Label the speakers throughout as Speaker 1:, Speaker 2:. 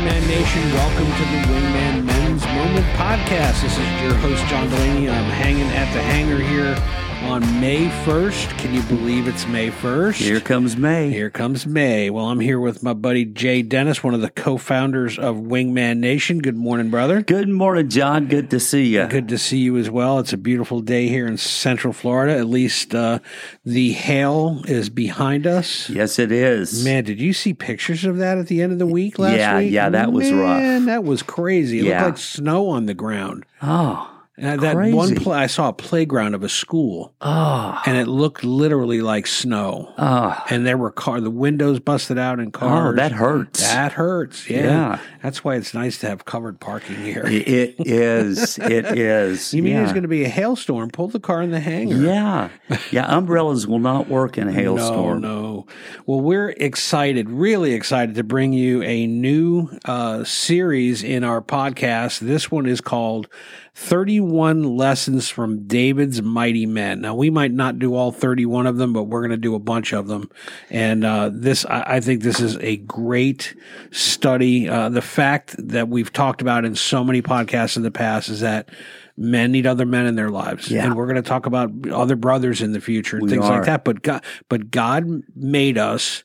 Speaker 1: and welcome to the Wingman Men's Moment podcast. This is your host, John Delaney. I'm hanging at the hangar here on May 1st. Can you believe it's May 1st?
Speaker 2: Here comes May.
Speaker 1: Here comes May. Well, I'm here with my buddy Jay Dennis, one of the co founders of Wingman Nation. Good morning, brother.
Speaker 2: Good morning, John. Good to see you.
Speaker 1: Good to see you as well. It's a beautiful day here in Central Florida. At least uh, the hail is behind us.
Speaker 2: Yes, it is.
Speaker 1: Man, did you see pictures of that at the end of the week last
Speaker 2: Yeah,
Speaker 1: week?
Speaker 2: yeah, that was rough.
Speaker 1: Man, that was crazy. It
Speaker 2: Yeah.
Speaker 1: looked like snow on the ground.
Speaker 2: Oh,
Speaker 1: Uh, that
Speaker 2: Crazy.
Speaker 1: one pla- I saw a playground of a school,
Speaker 2: oh,
Speaker 1: and it looked literally like snow.
Speaker 2: oh,
Speaker 1: And there were car the windows busted out in cars.
Speaker 2: oh, that hurts.
Speaker 1: That hurts. Yeah.
Speaker 2: Yeah.
Speaker 1: That's why it's nice to have covered parking here.
Speaker 2: It is. It is.
Speaker 1: You mean
Speaker 2: yeah.
Speaker 1: there's going to be a hailstorm? Pull the car in the hangar.
Speaker 2: Yeah, yeah. Umbrellas will not work in a hailstorm.
Speaker 1: No, no. Well, we're excited, really excited to bring you a new uh, series in our podcast. This one is called 31 Lessons from David's Mighty Men. Now, we might not do all 31 of them, but we're going to do a bunch of them. And uh, this, I, I think this is a great study. Uh, the fact that we've talked about in so many podcasts in the past is that men need other men in their lives.
Speaker 2: Yeah.
Speaker 1: And we're going to talk about other brothers in the future and
Speaker 2: We
Speaker 1: things like
Speaker 2: are.
Speaker 1: that. But God, but God made us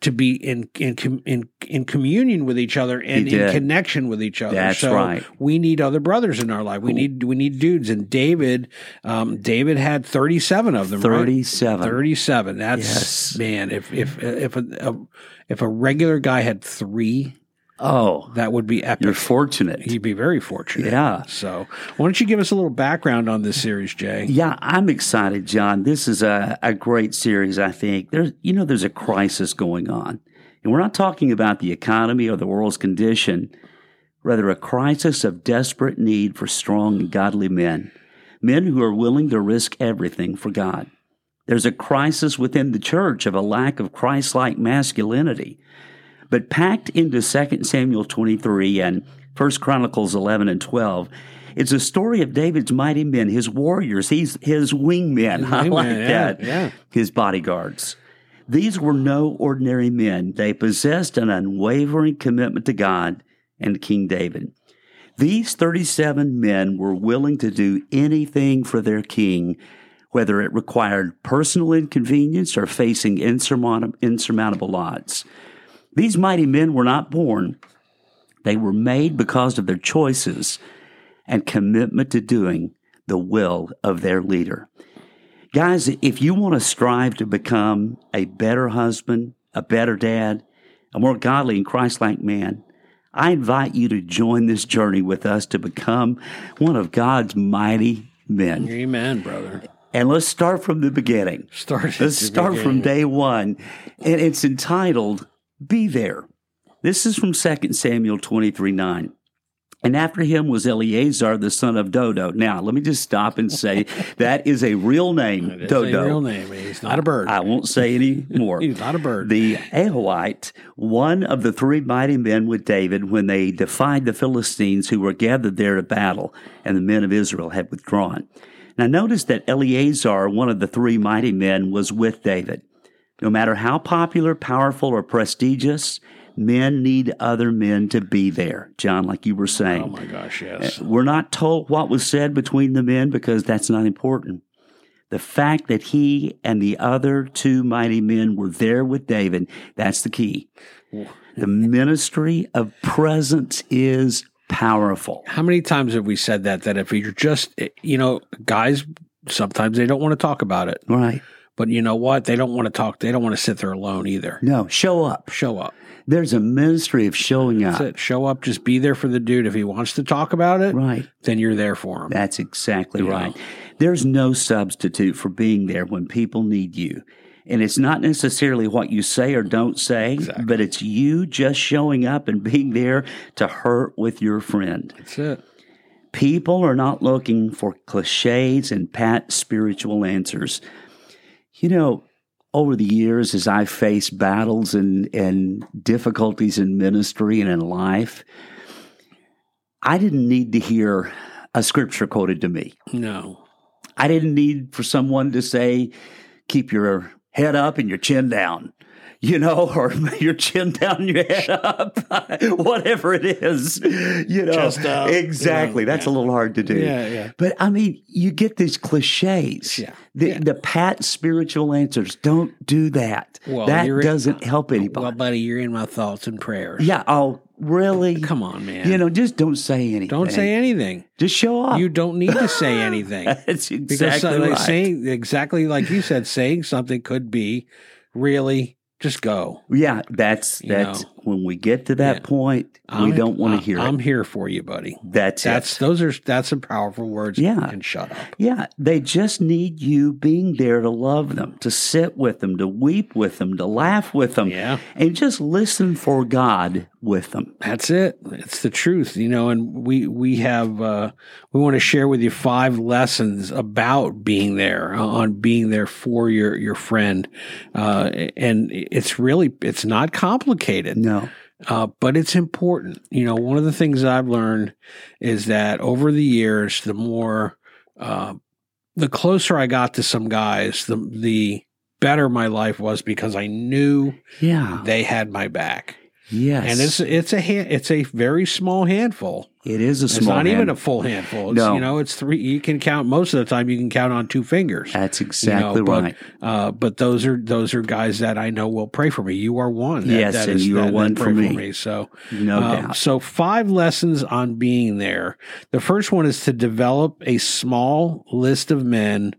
Speaker 1: to be in in com- in, in communion with each other and
Speaker 2: He
Speaker 1: in
Speaker 2: did.
Speaker 1: connection with each other.
Speaker 2: That's
Speaker 1: so
Speaker 2: right.
Speaker 1: We need other brothers in our life. We need we need dudes. And David, um, David had thirty seven of them. right?
Speaker 2: Thirty-seven.
Speaker 1: 37 that's
Speaker 2: Yes.
Speaker 1: man if if if a, a if a regular guy had 3
Speaker 2: Oh,
Speaker 1: that would be epic
Speaker 2: you're fortunate.
Speaker 1: he'd be very fortunate
Speaker 2: Yeah.
Speaker 1: so why don't you give us a little background on this series jay
Speaker 2: Yeah, I'm excited, John. This is a, a great series, I think. There's, you know, there's a crisis going on. And we're not talking about the economy or the world's condition, rather, a crisis of desperate need for strong and godly men, men who are willing to risk everything for God. There's a crisis within the church of a lack of Christ like masculinity. But packed into 2 Samuel 23 and 1 Chronicles 11 and 12, it's a story of David's mighty men, his warriors, he's his wingmen. I
Speaker 1: wingmen,
Speaker 2: like
Speaker 1: yeah,
Speaker 2: that.
Speaker 1: yeah.
Speaker 2: His bodyguards. These were no ordinary men. They possessed an unwavering commitment to God and King David. These 37 men were willing to do anything for their king, whether it required personal inconvenience or facing insurmount- insurmountable odds. These mighty men were not born, they were made because of their choices and commitment to doing the will of their leader. Guys, if you want to strive to become a better husband, a better dad, a more godly and Christ like man, I invite you to join this journey with us to become one of God's mighty men.
Speaker 1: amen brother
Speaker 2: And let's start from the beginning.
Speaker 1: start at
Speaker 2: Let's
Speaker 1: the
Speaker 2: start from
Speaker 1: beginning.
Speaker 2: day one. And it's entitled Be There. This is from 2 Samuel 23 9. And after him was Eleazar, the son of Dodo. Now, let me just stop and say that is a real name,
Speaker 1: It's a
Speaker 2: Dodo.
Speaker 1: real name he's not a bird
Speaker 2: I won't say any more.
Speaker 1: he's not a bird
Speaker 2: The Ahoite, one of the three mighty men with David when they defied the Philistines who were gathered there to battle, and the men of Israel had withdrawn. Now notice that Eleazar, one of the three mighty men, was with David. No matter how popular, powerful, or prestigious, men need other men to be there. John, like you were saying.
Speaker 1: oh my gosh yes
Speaker 2: We're not told what was said between the men because that's not important. The fact that he and the other two mighty men were there with David, that's the key. The ministry of presence is powerful.
Speaker 1: how many times have we said that that if you're just eh, you know guys sometimes they don't want to talk about it
Speaker 2: Right.
Speaker 1: but you know what they don't want to talk they don't want to sit there alone either
Speaker 2: No, show up.
Speaker 1: show up
Speaker 2: There's a ministry of showing
Speaker 1: That's
Speaker 2: up.
Speaker 1: it. Show up. Just be there for the dude. If he wants to talk about it,
Speaker 2: Right.
Speaker 1: then you're there for him.
Speaker 2: That's exactly
Speaker 1: Yeah.
Speaker 2: right. There's no substitute for being there when people need you. And it's not necessarily what you say or don't say, but it's you just showing up and being there to hurt with your friend.
Speaker 1: That's it.
Speaker 2: People are not looking for cliches and pat spiritual answers. You know, over the years, as I faced battles and, and difficulties in ministry and in life, I didn't need to hear a scripture quoted to me.
Speaker 1: No.
Speaker 2: I didn't need for someone to say, keep your head up and your chin down. you know, or your chin down, your head up, whatever it is, you know.
Speaker 1: Chest up,
Speaker 2: exactly.
Speaker 1: you know,
Speaker 2: That's
Speaker 1: yeah.
Speaker 2: a little hard to do.
Speaker 1: Yeah, yeah.
Speaker 2: But I mean, you get these cliches.
Speaker 1: Yeah,
Speaker 2: The,
Speaker 1: yeah.
Speaker 2: the pat spiritual answers. Don't do that.
Speaker 1: Well,
Speaker 2: that
Speaker 1: you're-
Speaker 2: doesn't help anybody.
Speaker 1: Well, buddy, you're in my thoughts and prayers.
Speaker 2: yeah. Oh, really?
Speaker 1: Come on, man.
Speaker 2: You know, just don't say anything.
Speaker 1: don't say anything.
Speaker 2: Just show up.
Speaker 1: You don't need to say anything.
Speaker 2: That's
Speaker 1: Because
Speaker 2: exactly
Speaker 1: so- like,
Speaker 2: right.
Speaker 1: saying exactly like you said, saying something could be really just go.
Speaker 2: yeah, that's
Speaker 1: You
Speaker 2: that's
Speaker 1: know.
Speaker 2: when we get to that
Speaker 1: Yeah.
Speaker 2: point,
Speaker 1: I'm-
Speaker 2: we don't want
Speaker 1: I-
Speaker 2: to hear
Speaker 1: I'm
Speaker 2: it.
Speaker 1: here for you, buddy.
Speaker 2: That's,
Speaker 1: That's
Speaker 2: it.
Speaker 1: those are that's some powerful words.
Speaker 2: Yeah.
Speaker 1: and shut up.
Speaker 2: Yeah, they just need you being there to love them, to sit with them, to weep with them, to laugh with them,
Speaker 1: Yeah.
Speaker 2: and just listen for God with them.
Speaker 1: That's it. It's the truth, you know. And we we have uh, we want to share with you five lessons about being there uh, on being there for your your friend, uh, and it's really it's not complicated.
Speaker 2: No.
Speaker 1: uh, but it's important. You know, one of the things I've learned is that over the years, the more, uh, the closer I got to some guys, the the better my life was because I knew
Speaker 2: Yeah.
Speaker 1: they had my back.
Speaker 2: Yes.
Speaker 1: And it's it's a hand, it's a very small handful.
Speaker 2: it is a
Speaker 1: It's
Speaker 2: small
Speaker 1: not even
Speaker 2: hand.
Speaker 1: a full handful. It's,
Speaker 2: No.
Speaker 1: You know, it's three. You can count most of the time. You can count on two fingers.
Speaker 2: That's exactly
Speaker 1: but-
Speaker 2: right.
Speaker 1: Uh, but those are those are guys that I know will pray for me. You are one. That-
Speaker 2: Yes,
Speaker 1: that
Speaker 2: and
Speaker 1: is-
Speaker 2: you are
Speaker 1: that- that
Speaker 2: one for
Speaker 1: pray
Speaker 2: me.
Speaker 1: So
Speaker 2: No
Speaker 1: um,
Speaker 2: doubt.
Speaker 1: So, five lessons on being there. The first one is to develop a small list of men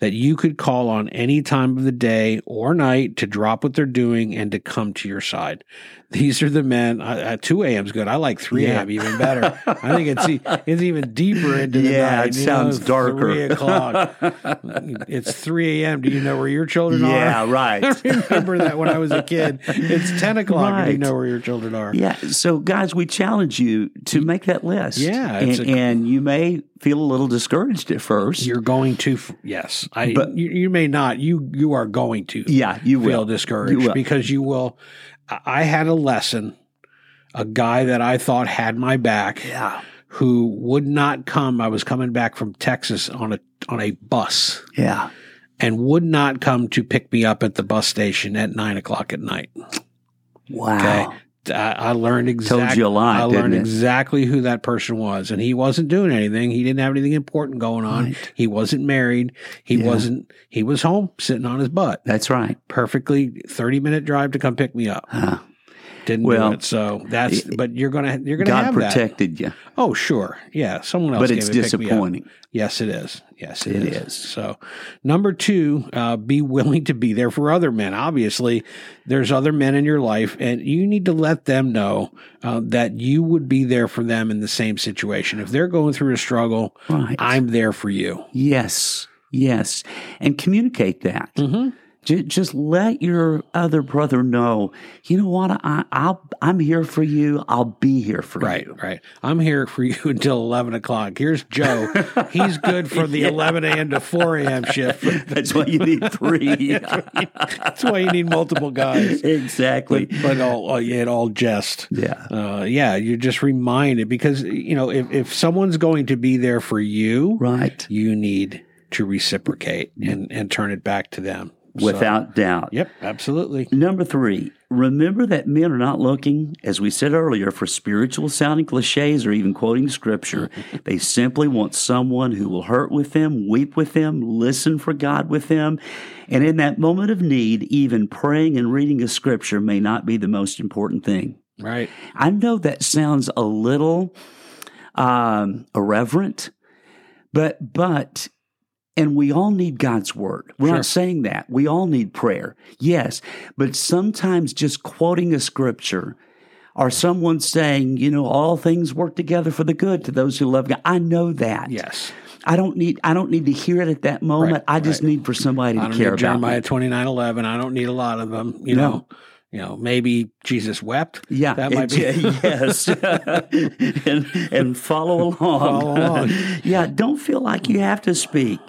Speaker 1: that you could call on any time of the day or night to drop what they're doing and to come to your side. These are the men. Uh, 2 a.m. is good. I like 3
Speaker 2: Yeah.
Speaker 1: a.m. even better. I think it's, e- it's even deeper into the
Speaker 2: yeah,
Speaker 1: night.
Speaker 2: it
Speaker 1: you know,
Speaker 2: sounds darker.
Speaker 1: 3 o'clock. it's 3 a.m. Do you know where your children
Speaker 2: yeah,
Speaker 1: are?
Speaker 2: right.
Speaker 1: I remember that when I was a kid. It's 10 o'clock. and Do you
Speaker 2: Right.
Speaker 1: know where your children are?
Speaker 2: Yeah. So, guys, we challenge you to make that list.
Speaker 1: Yeah, it's
Speaker 2: And,
Speaker 1: a-
Speaker 2: and you may feel a little discouraged at 1st
Speaker 1: You're going to f- yes, I.
Speaker 2: But-
Speaker 1: you, you may not. You you are going to
Speaker 2: yeah, you
Speaker 1: feel
Speaker 2: will.
Speaker 1: discouraged
Speaker 2: You will.
Speaker 1: because you will. I- I had a lesson. A guy that I thought had my back,
Speaker 2: Yeah.
Speaker 1: who would not come. I was coming back from Texas on a on a bus
Speaker 2: Yeah.
Speaker 1: and would not come to pick me up at the bus station at nine o'clock at night.
Speaker 2: Wow.
Speaker 1: I, I learned exactly.
Speaker 2: Told you a lot.
Speaker 1: I
Speaker 2: didn't
Speaker 1: learned
Speaker 2: it?
Speaker 1: exactly who that person was, and he wasn't doing anything. He didn't have anything important going on.
Speaker 2: Right.
Speaker 1: He wasn't married. He
Speaker 2: Yeah.
Speaker 1: wasn't. He was home sitting on his butt.
Speaker 2: That's right.
Speaker 1: Perfectly thirty minute drive to come pick me up.
Speaker 2: Huh.
Speaker 1: Didn't
Speaker 2: Well,
Speaker 1: do it. So that's. But you're gonna. You're gonna
Speaker 2: God
Speaker 1: have that.
Speaker 2: protected you,
Speaker 1: Oh sure, yeah. Someone else.
Speaker 2: but
Speaker 1: came
Speaker 2: it's
Speaker 1: and picked me up.
Speaker 2: disappointing.
Speaker 1: Yes, it is. Yes,
Speaker 2: It
Speaker 1: is.
Speaker 2: is.
Speaker 1: So, number two, uh, be willing to be there for other men. Obviously, there's other men in your life, and you need to let them know uh, that you would be there for them in the same situation. If they're going through a struggle,
Speaker 2: Right.
Speaker 1: I'm there for you.
Speaker 2: yes. Yes. And communicate that.
Speaker 1: Mm-hmm.
Speaker 2: Ju- just let your other brother know, you know what? I, I'll, I'm here for you. I'll be here for
Speaker 1: Right,
Speaker 2: you.
Speaker 1: right. I'm here for you until 11 o'clock. Here's Joe. He's good for the 11 a.m. to 4 a.m. shift.
Speaker 2: That's why you need three.
Speaker 1: That's why you need multiple guys.
Speaker 2: exactly.
Speaker 1: But all, all, it all jest.
Speaker 2: Yeah.
Speaker 1: uh, yeah, you're just reminded because you know if, if someone's going to be there for you,
Speaker 2: Right.
Speaker 1: you need to reciprocate and and turn it back to them. So-
Speaker 2: Without doubt.
Speaker 1: yep, absolutely.
Speaker 2: Number three, remember that men are not looking, as we said earlier, for spiritual sounding cliches or even quoting scripture. they simply want someone who will hurt with them, weep with them, listen for God with them. And in that moment of need, even praying and reading a scripture may not be the most important thing.
Speaker 1: Right.
Speaker 2: I know that sounds a little um, irreverent, but but and we all need God's word. We're
Speaker 1: Sure.
Speaker 2: not saying that. We all need prayer. Yes, but sometimes just quoting a scripture or someone saying, you know, all things work together for the good to those who love God. I know that.
Speaker 1: Yes.
Speaker 2: I don't need I don't need to hear it at that moment.
Speaker 1: Right,
Speaker 2: I just
Speaker 1: right.
Speaker 2: need for somebody to
Speaker 1: I don't
Speaker 2: care
Speaker 1: need
Speaker 2: about.
Speaker 1: Jeremiah
Speaker 2: Me.
Speaker 1: twenty nine eleven. I don't need a lot of them. You
Speaker 2: No.
Speaker 1: know. You know, maybe Jesus wept.
Speaker 2: Yeah,
Speaker 1: that might be.
Speaker 2: it- yes, and and follow along.
Speaker 1: Follow along.
Speaker 2: yeah, don't feel like you have to speak.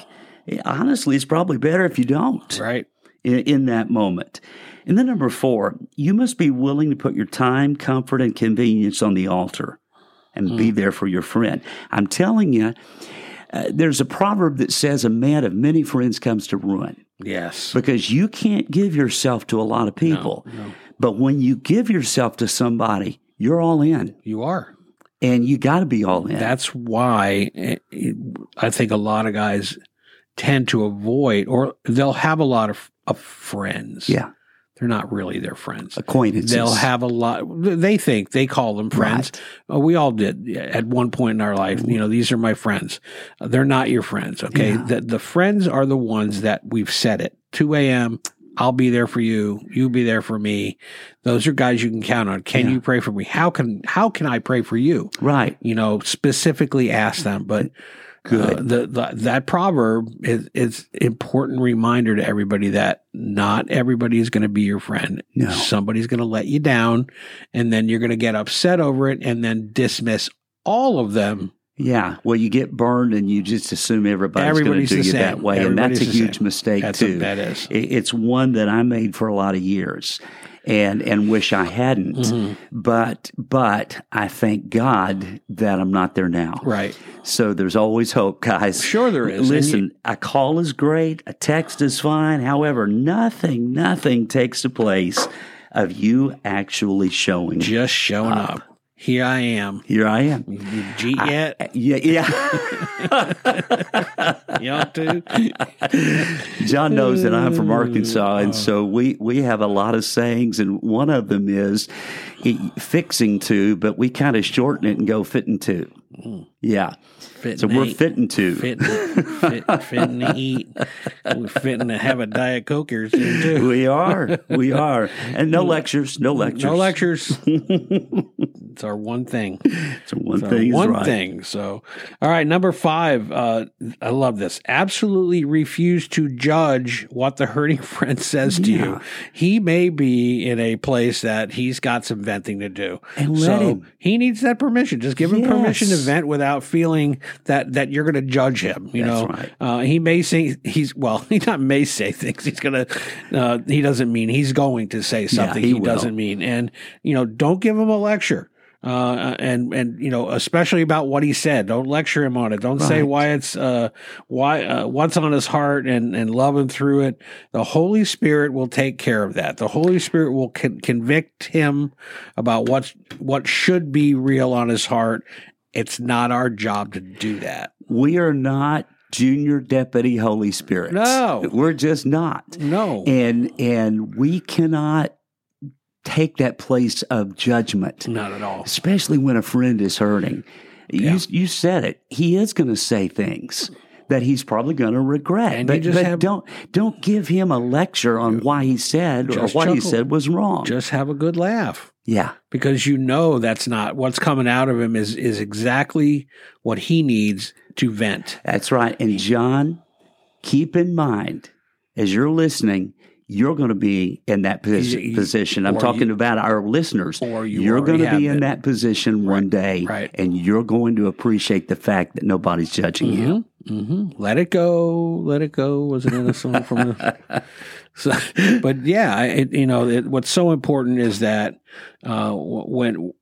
Speaker 2: Honestly, it's probably better if you don't
Speaker 1: Right.
Speaker 2: in, in that moment. And then number four, you must be willing to put your time, comfort, and
Speaker 1: Hmm.
Speaker 2: convenience on the altar and be there for your friend. I'm telling you, Uh, there's a proverb that says, A man of many friends comes to ruin
Speaker 1: Yes.
Speaker 2: because you can't give yourself to a lot of people.
Speaker 1: No,
Speaker 2: But when you give yourself to somebody, you're all in
Speaker 1: you are.
Speaker 2: and you got to be all in.
Speaker 1: That's why eh, eh, I think a lot of guys tend to avoid, or they'll have a lot of, of friends.
Speaker 2: yeah.
Speaker 1: They're not really their friends.
Speaker 2: Acquaintances.
Speaker 1: They'll have a lot. They think they call them friends.
Speaker 2: Right. Mm-hmm.
Speaker 1: Uh, We all did at one point in our life. You know, these are my friends. Uh, They're not your friends. Okay.
Speaker 2: Yeah.
Speaker 1: The, the friends are the ones that we've said it 2 a.m. I'll be there for you. You be there for me. Those are guys you can count on. Can
Speaker 2: Yeah.
Speaker 1: you pray for me? How can how can I pray for you?
Speaker 2: Right.
Speaker 1: You know, specifically ask them. But
Speaker 2: Good.
Speaker 1: uh, the, the that proverb is is important reminder to everybody that not everybody is going to be your friend.
Speaker 2: No.
Speaker 1: Somebody's going to let you down, and then you're going to get upset over it, and then dismiss all of them.
Speaker 2: Yeah. Well, you get burned and you just assume everybody's,
Speaker 1: Everybody's
Speaker 2: going
Speaker 1: the
Speaker 2: to do you
Speaker 1: same.
Speaker 2: that way. and
Speaker 1: Everybody's
Speaker 2: that's a
Speaker 1: the
Speaker 2: huge
Speaker 1: same.
Speaker 2: mistake,
Speaker 1: That's
Speaker 2: too.
Speaker 1: what that is.
Speaker 2: I- it's one that I made for a lot of years and, and wish I hadn't.
Speaker 1: Mhm.
Speaker 2: But, but I thank God that I'm not there now.
Speaker 1: Right.
Speaker 2: So there's always hope, guys.
Speaker 1: Sure there is. And
Speaker 2: Listen,
Speaker 1: you-
Speaker 2: a call is great, a text is fine. However, nothing, nothing takes the place of you actually showing.
Speaker 1: Just showing up. Here I am.
Speaker 2: Here Uh, I am.
Speaker 1: You G E yet?
Speaker 2: Yeah, yeah.
Speaker 1: You ought to.
Speaker 2: John knows that I'm from Arkansas,
Speaker 1: Mm.
Speaker 2: and so we we have a lot of sayings, and one of them is eh, fixing to, but we kind of shorten it and go fitting to. Yeah,
Speaker 1: Fitting
Speaker 2: so we're
Speaker 1: eight.
Speaker 2: fitting to.
Speaker 1: Mm. Fitting, fit, fitting to eat. We're fitting to have a diet coke here soon too.
Speaker 2: We are, we are, and no lectures, no lectures,
Speaker 1: Mm. No lectures. it's our one thing.
Speaker 2: So one
Speaker 1: So
Speaker 2: thing, is
Speaker 1: one
Speaker 2: right.
Speaker 1: thing. So, all right, number five. Uh, I love this. Absolutely refuse to judge what the hurting friend says to
Speaker 2: Yeah.
Speaker 1: you. He may be in a place that he's got some venting to do,
Speaker 2: And let
Speaker 1: so
Speaker 2: him.
Speaker 1: he needs that permission. Just give him permission to
Speaker 2: Yes.
Speaker 1: vent without feeling that that you're going to judge him. You
Speaker 2: That's
Speaker 1: know,
Speaker 2: right.
Speaker 1: uh, he may say he's well. He not may say things. He's gonna. Uh, he doesn't mean he's going to say something.
Speaker 2: he
Speaker 1: he
Speaker 2: will.
Speaker 1: doesn't mean. And you know, don't give him a lecture. Uh, and and you know, especially about what he said. Don't lecture him on it. Don't say
Speaker 2: Right.
Speaker 1: why it's uh why uh, what's on his heart and and love him through it. The Holy Spirit will take care of that. The Holy Spirit will con- convict him about what's what should be real on his heart. It's not our job to do that.
Speaker 2: We are not junior deputy Holy Spirit.
Speaker 1: No.
Speaker 2: we're just not.
Speaker 1: No.
Speaker 2: and and we cannot take that place of judgment
Speaker 1: Not at all.
Speaker 2: especially when a friend is hurting
Speaker 1: Yeah.
Speaker 2: you you said it he is going to say things that he's probably going to regret
Speaker 1: And you
Speaker 2: but,
Speaker 1: just
Speaker 2: but
Speaker 1: have-
Speaker 2: don't don't give him a lecture on why he said or
Speaker 1: Just
Speaker 2: what he
Speaker 1: chuckle.
Speaker 2: said was wrong
Speaker 1: Just have a good laugh
Speaker 2: yeah
Speaker 1: because you know that's not what's coming out of him is is exactly what he needs to vent.
Speaker 2: that's right and john keep in mind as you're listening you're going to be in that posi-
Speaker 1: You- you-
Speaker 2: position i'm
Speaker 1: or
Speaker 2: talking
Speaker 1: you-
Speaker 2: about our listeners
Speaker 1: Or you
Speaker 2: you're
Speaker 1: already
Speaker 2: going to
Speaker 1: have
Speaker 2: be in
Speaker 1: been.
Speaker 2: that position one day,
Speaker 1: right.
Speaker 2: and you're going to appreciate the fact that nobody's judging you.
Speaker 1: hmm Let it go, let it go. Was it in a song from? the- so, but yeah, I- it, you know it, what's so important is that uh, w- when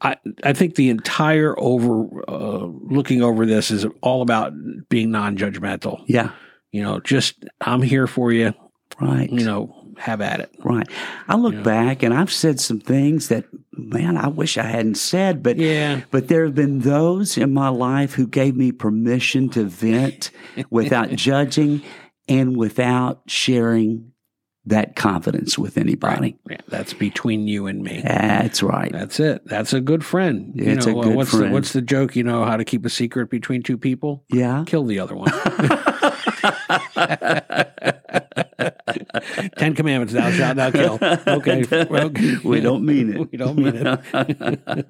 Speaker 1: I I think the entire over uh, looking over this is all about being non-judgmental.
Speaker 2: Yeah,
Speaker 1: You know, just I'm here for you.
Speaker 2: right,
Speaker 1: You know, have at it.
Speaker 2: right. I look
Speaker 1: Yeah.
Speaker 2: back, and I've said some things that, man, I wish I hadn't said, but.
Speaker 1: Yeah.
Speaker 2: But there have been those in my life who gave me permission to vent without judging and without sharing that confidence with anybody.
Speaker 1: Yeah, that's between you and me.
Speaker 2: That's right.
Speaker 1: That's it. That's a good friend. You
Speaker 2: It's
Speaker 1: know, uh,
Speaker 2: a good
Speaker 1: what's
Speaker 2: friend.
Speaker 1: The, what's the joke? You know how to keep a secret between two people?
Speaker 2: Yeah.
Speaker 1: Kill the other one. Ten commandments: Thou shalt not kill. Okay, okay.
Speaker 2: We don't mean it.
Speaker 1: we don't mean it.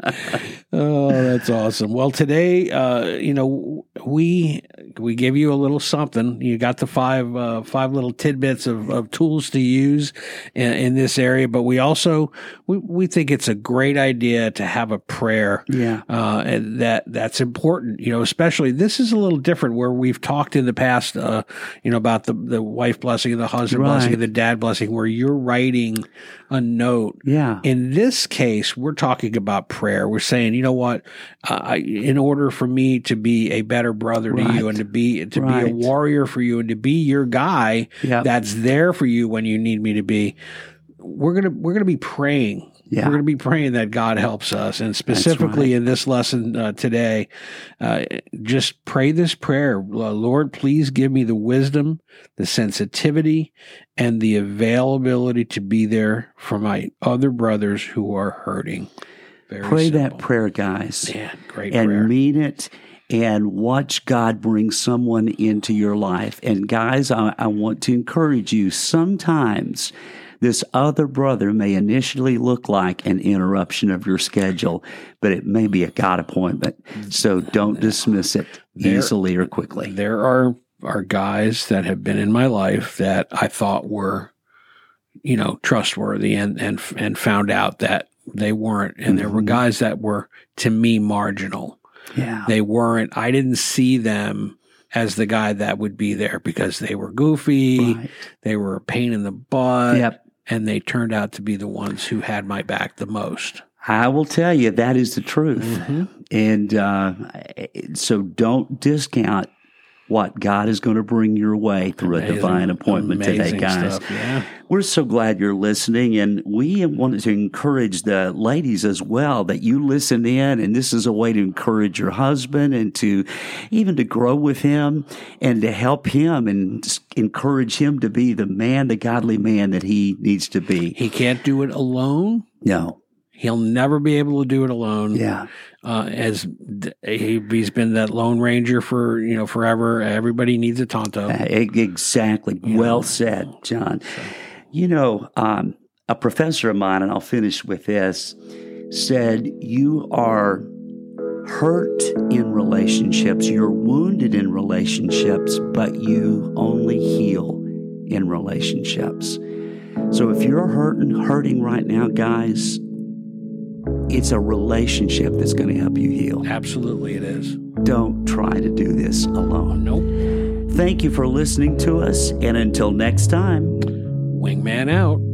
Speaker 1: oh, that's awesome. Well, today, uh, you know, we We give you a little something. You got the five uh, five little tidbits of, of tools to use in, in this area, but we also we, we think it's a great idea to have a prayer
Speaker 2: Yeah.
Speaker 1: uh, and that that's important. You know, especially this is a little different where we've talked in the past, uh, you know, about the the wife blessing and the husband
Speaker 2: Right.
Speaker 1: blessing and the dad blessing, where you're writing a note.
Speaker 2: Yeah.
Speaker 1: In this case, we're talking about prayer. We're saying, you know what? Uh, I- in order for me to be a better brother to
Speaker 2: Right.
Speaker 1: you and to be to be
Speaker 2: Right.
Speaker 1: a warrior for you and to be your guy
Speaker 2: Yep.
Speaker 1: that's there for you when you need me to be, we're gonna we're gonna be praying
Speaker 2: yeah.
Speaker 1: we're going to be praying that God helps us. And specifically in this lesson uh, today, uh, just pray this prayer Uh, Lord, please give me the wisdom, the sensitivity, and the availability to be there for my other brothers who are hurting. Very
Speaker 2: Pray that
Speaker 1: simple.
Speaker 2: prayer, guys.
Speaker 1: Yeah, great
Speaker 2: and
Speaker 1: prayer.
Speaker 2: mean it and watch God bring someone into your life. And guys, I, I want to encourage you sometimes this other brother may initially look like an interruption of your schedule, but it may be a God appointment. So don't dismiss it
Speaker 1: There-
Speaker 2: easily or quickly.
Speaker 1: There are are guys that have been in my life that I thought were, you know, trustworthy, and and and found out that they weren't, and there were
Speaker 2: Mhm.
Speaker 1: guys that were to me marginal.
Speaker 2: Yeah.
Speaker 1: They weren't. I didn't see them as the guy that would be there because they were goofy,
Speaker 2: Right.
Speaker 1: they were a pain in the butt,
Speaker 2: Yep.
Speaker 1: and they turned out to be the ones who had my back the most.
Speaker 2: I will tell you that is the truth. And uh, so don't discount what God is going to bring your way through a
Speaker 1: Amazing-
Speaker 2: divine appointment today,
Speaker 1: amazing
Speaker 2: guys.
Speaker 1: stuff, yeah.
Speaker 2: We're so glad you're listening, and we wanted to encourage the ladies as well that you listen in, and this is a way to encourage your husband and to even to grow with him and to help him and s- encourage him to be the man, the godly man that he needs to be.
Speaker 1: He can't do it alone.
Speaker 2: No,
Speaker 1: He'll never be able to do it alone.
Speaker 2: yeah,
Speaker 1: Uh, as d- he, he's been that Lone Ranger for you know forever. Everybody needs a Tonto.
Speaker 2: Uh, e- exactly. well said, John. You know, um, a professor of mine, and I'll finish with this, said, You are hurt in relationships, you're wounded in relationships, but you only heal in relationships. So if you're hurting, hurting right now, guys, it's a relationship that's going to help you heal.
Speaker 1: Absolutely, it is. Oh,
Speaker 2: Don't try to do this alone.
Speaker 1: Nope.
Speaker 2: Thank you for listening to us, and until next time.
Speaker 1: Wingman out.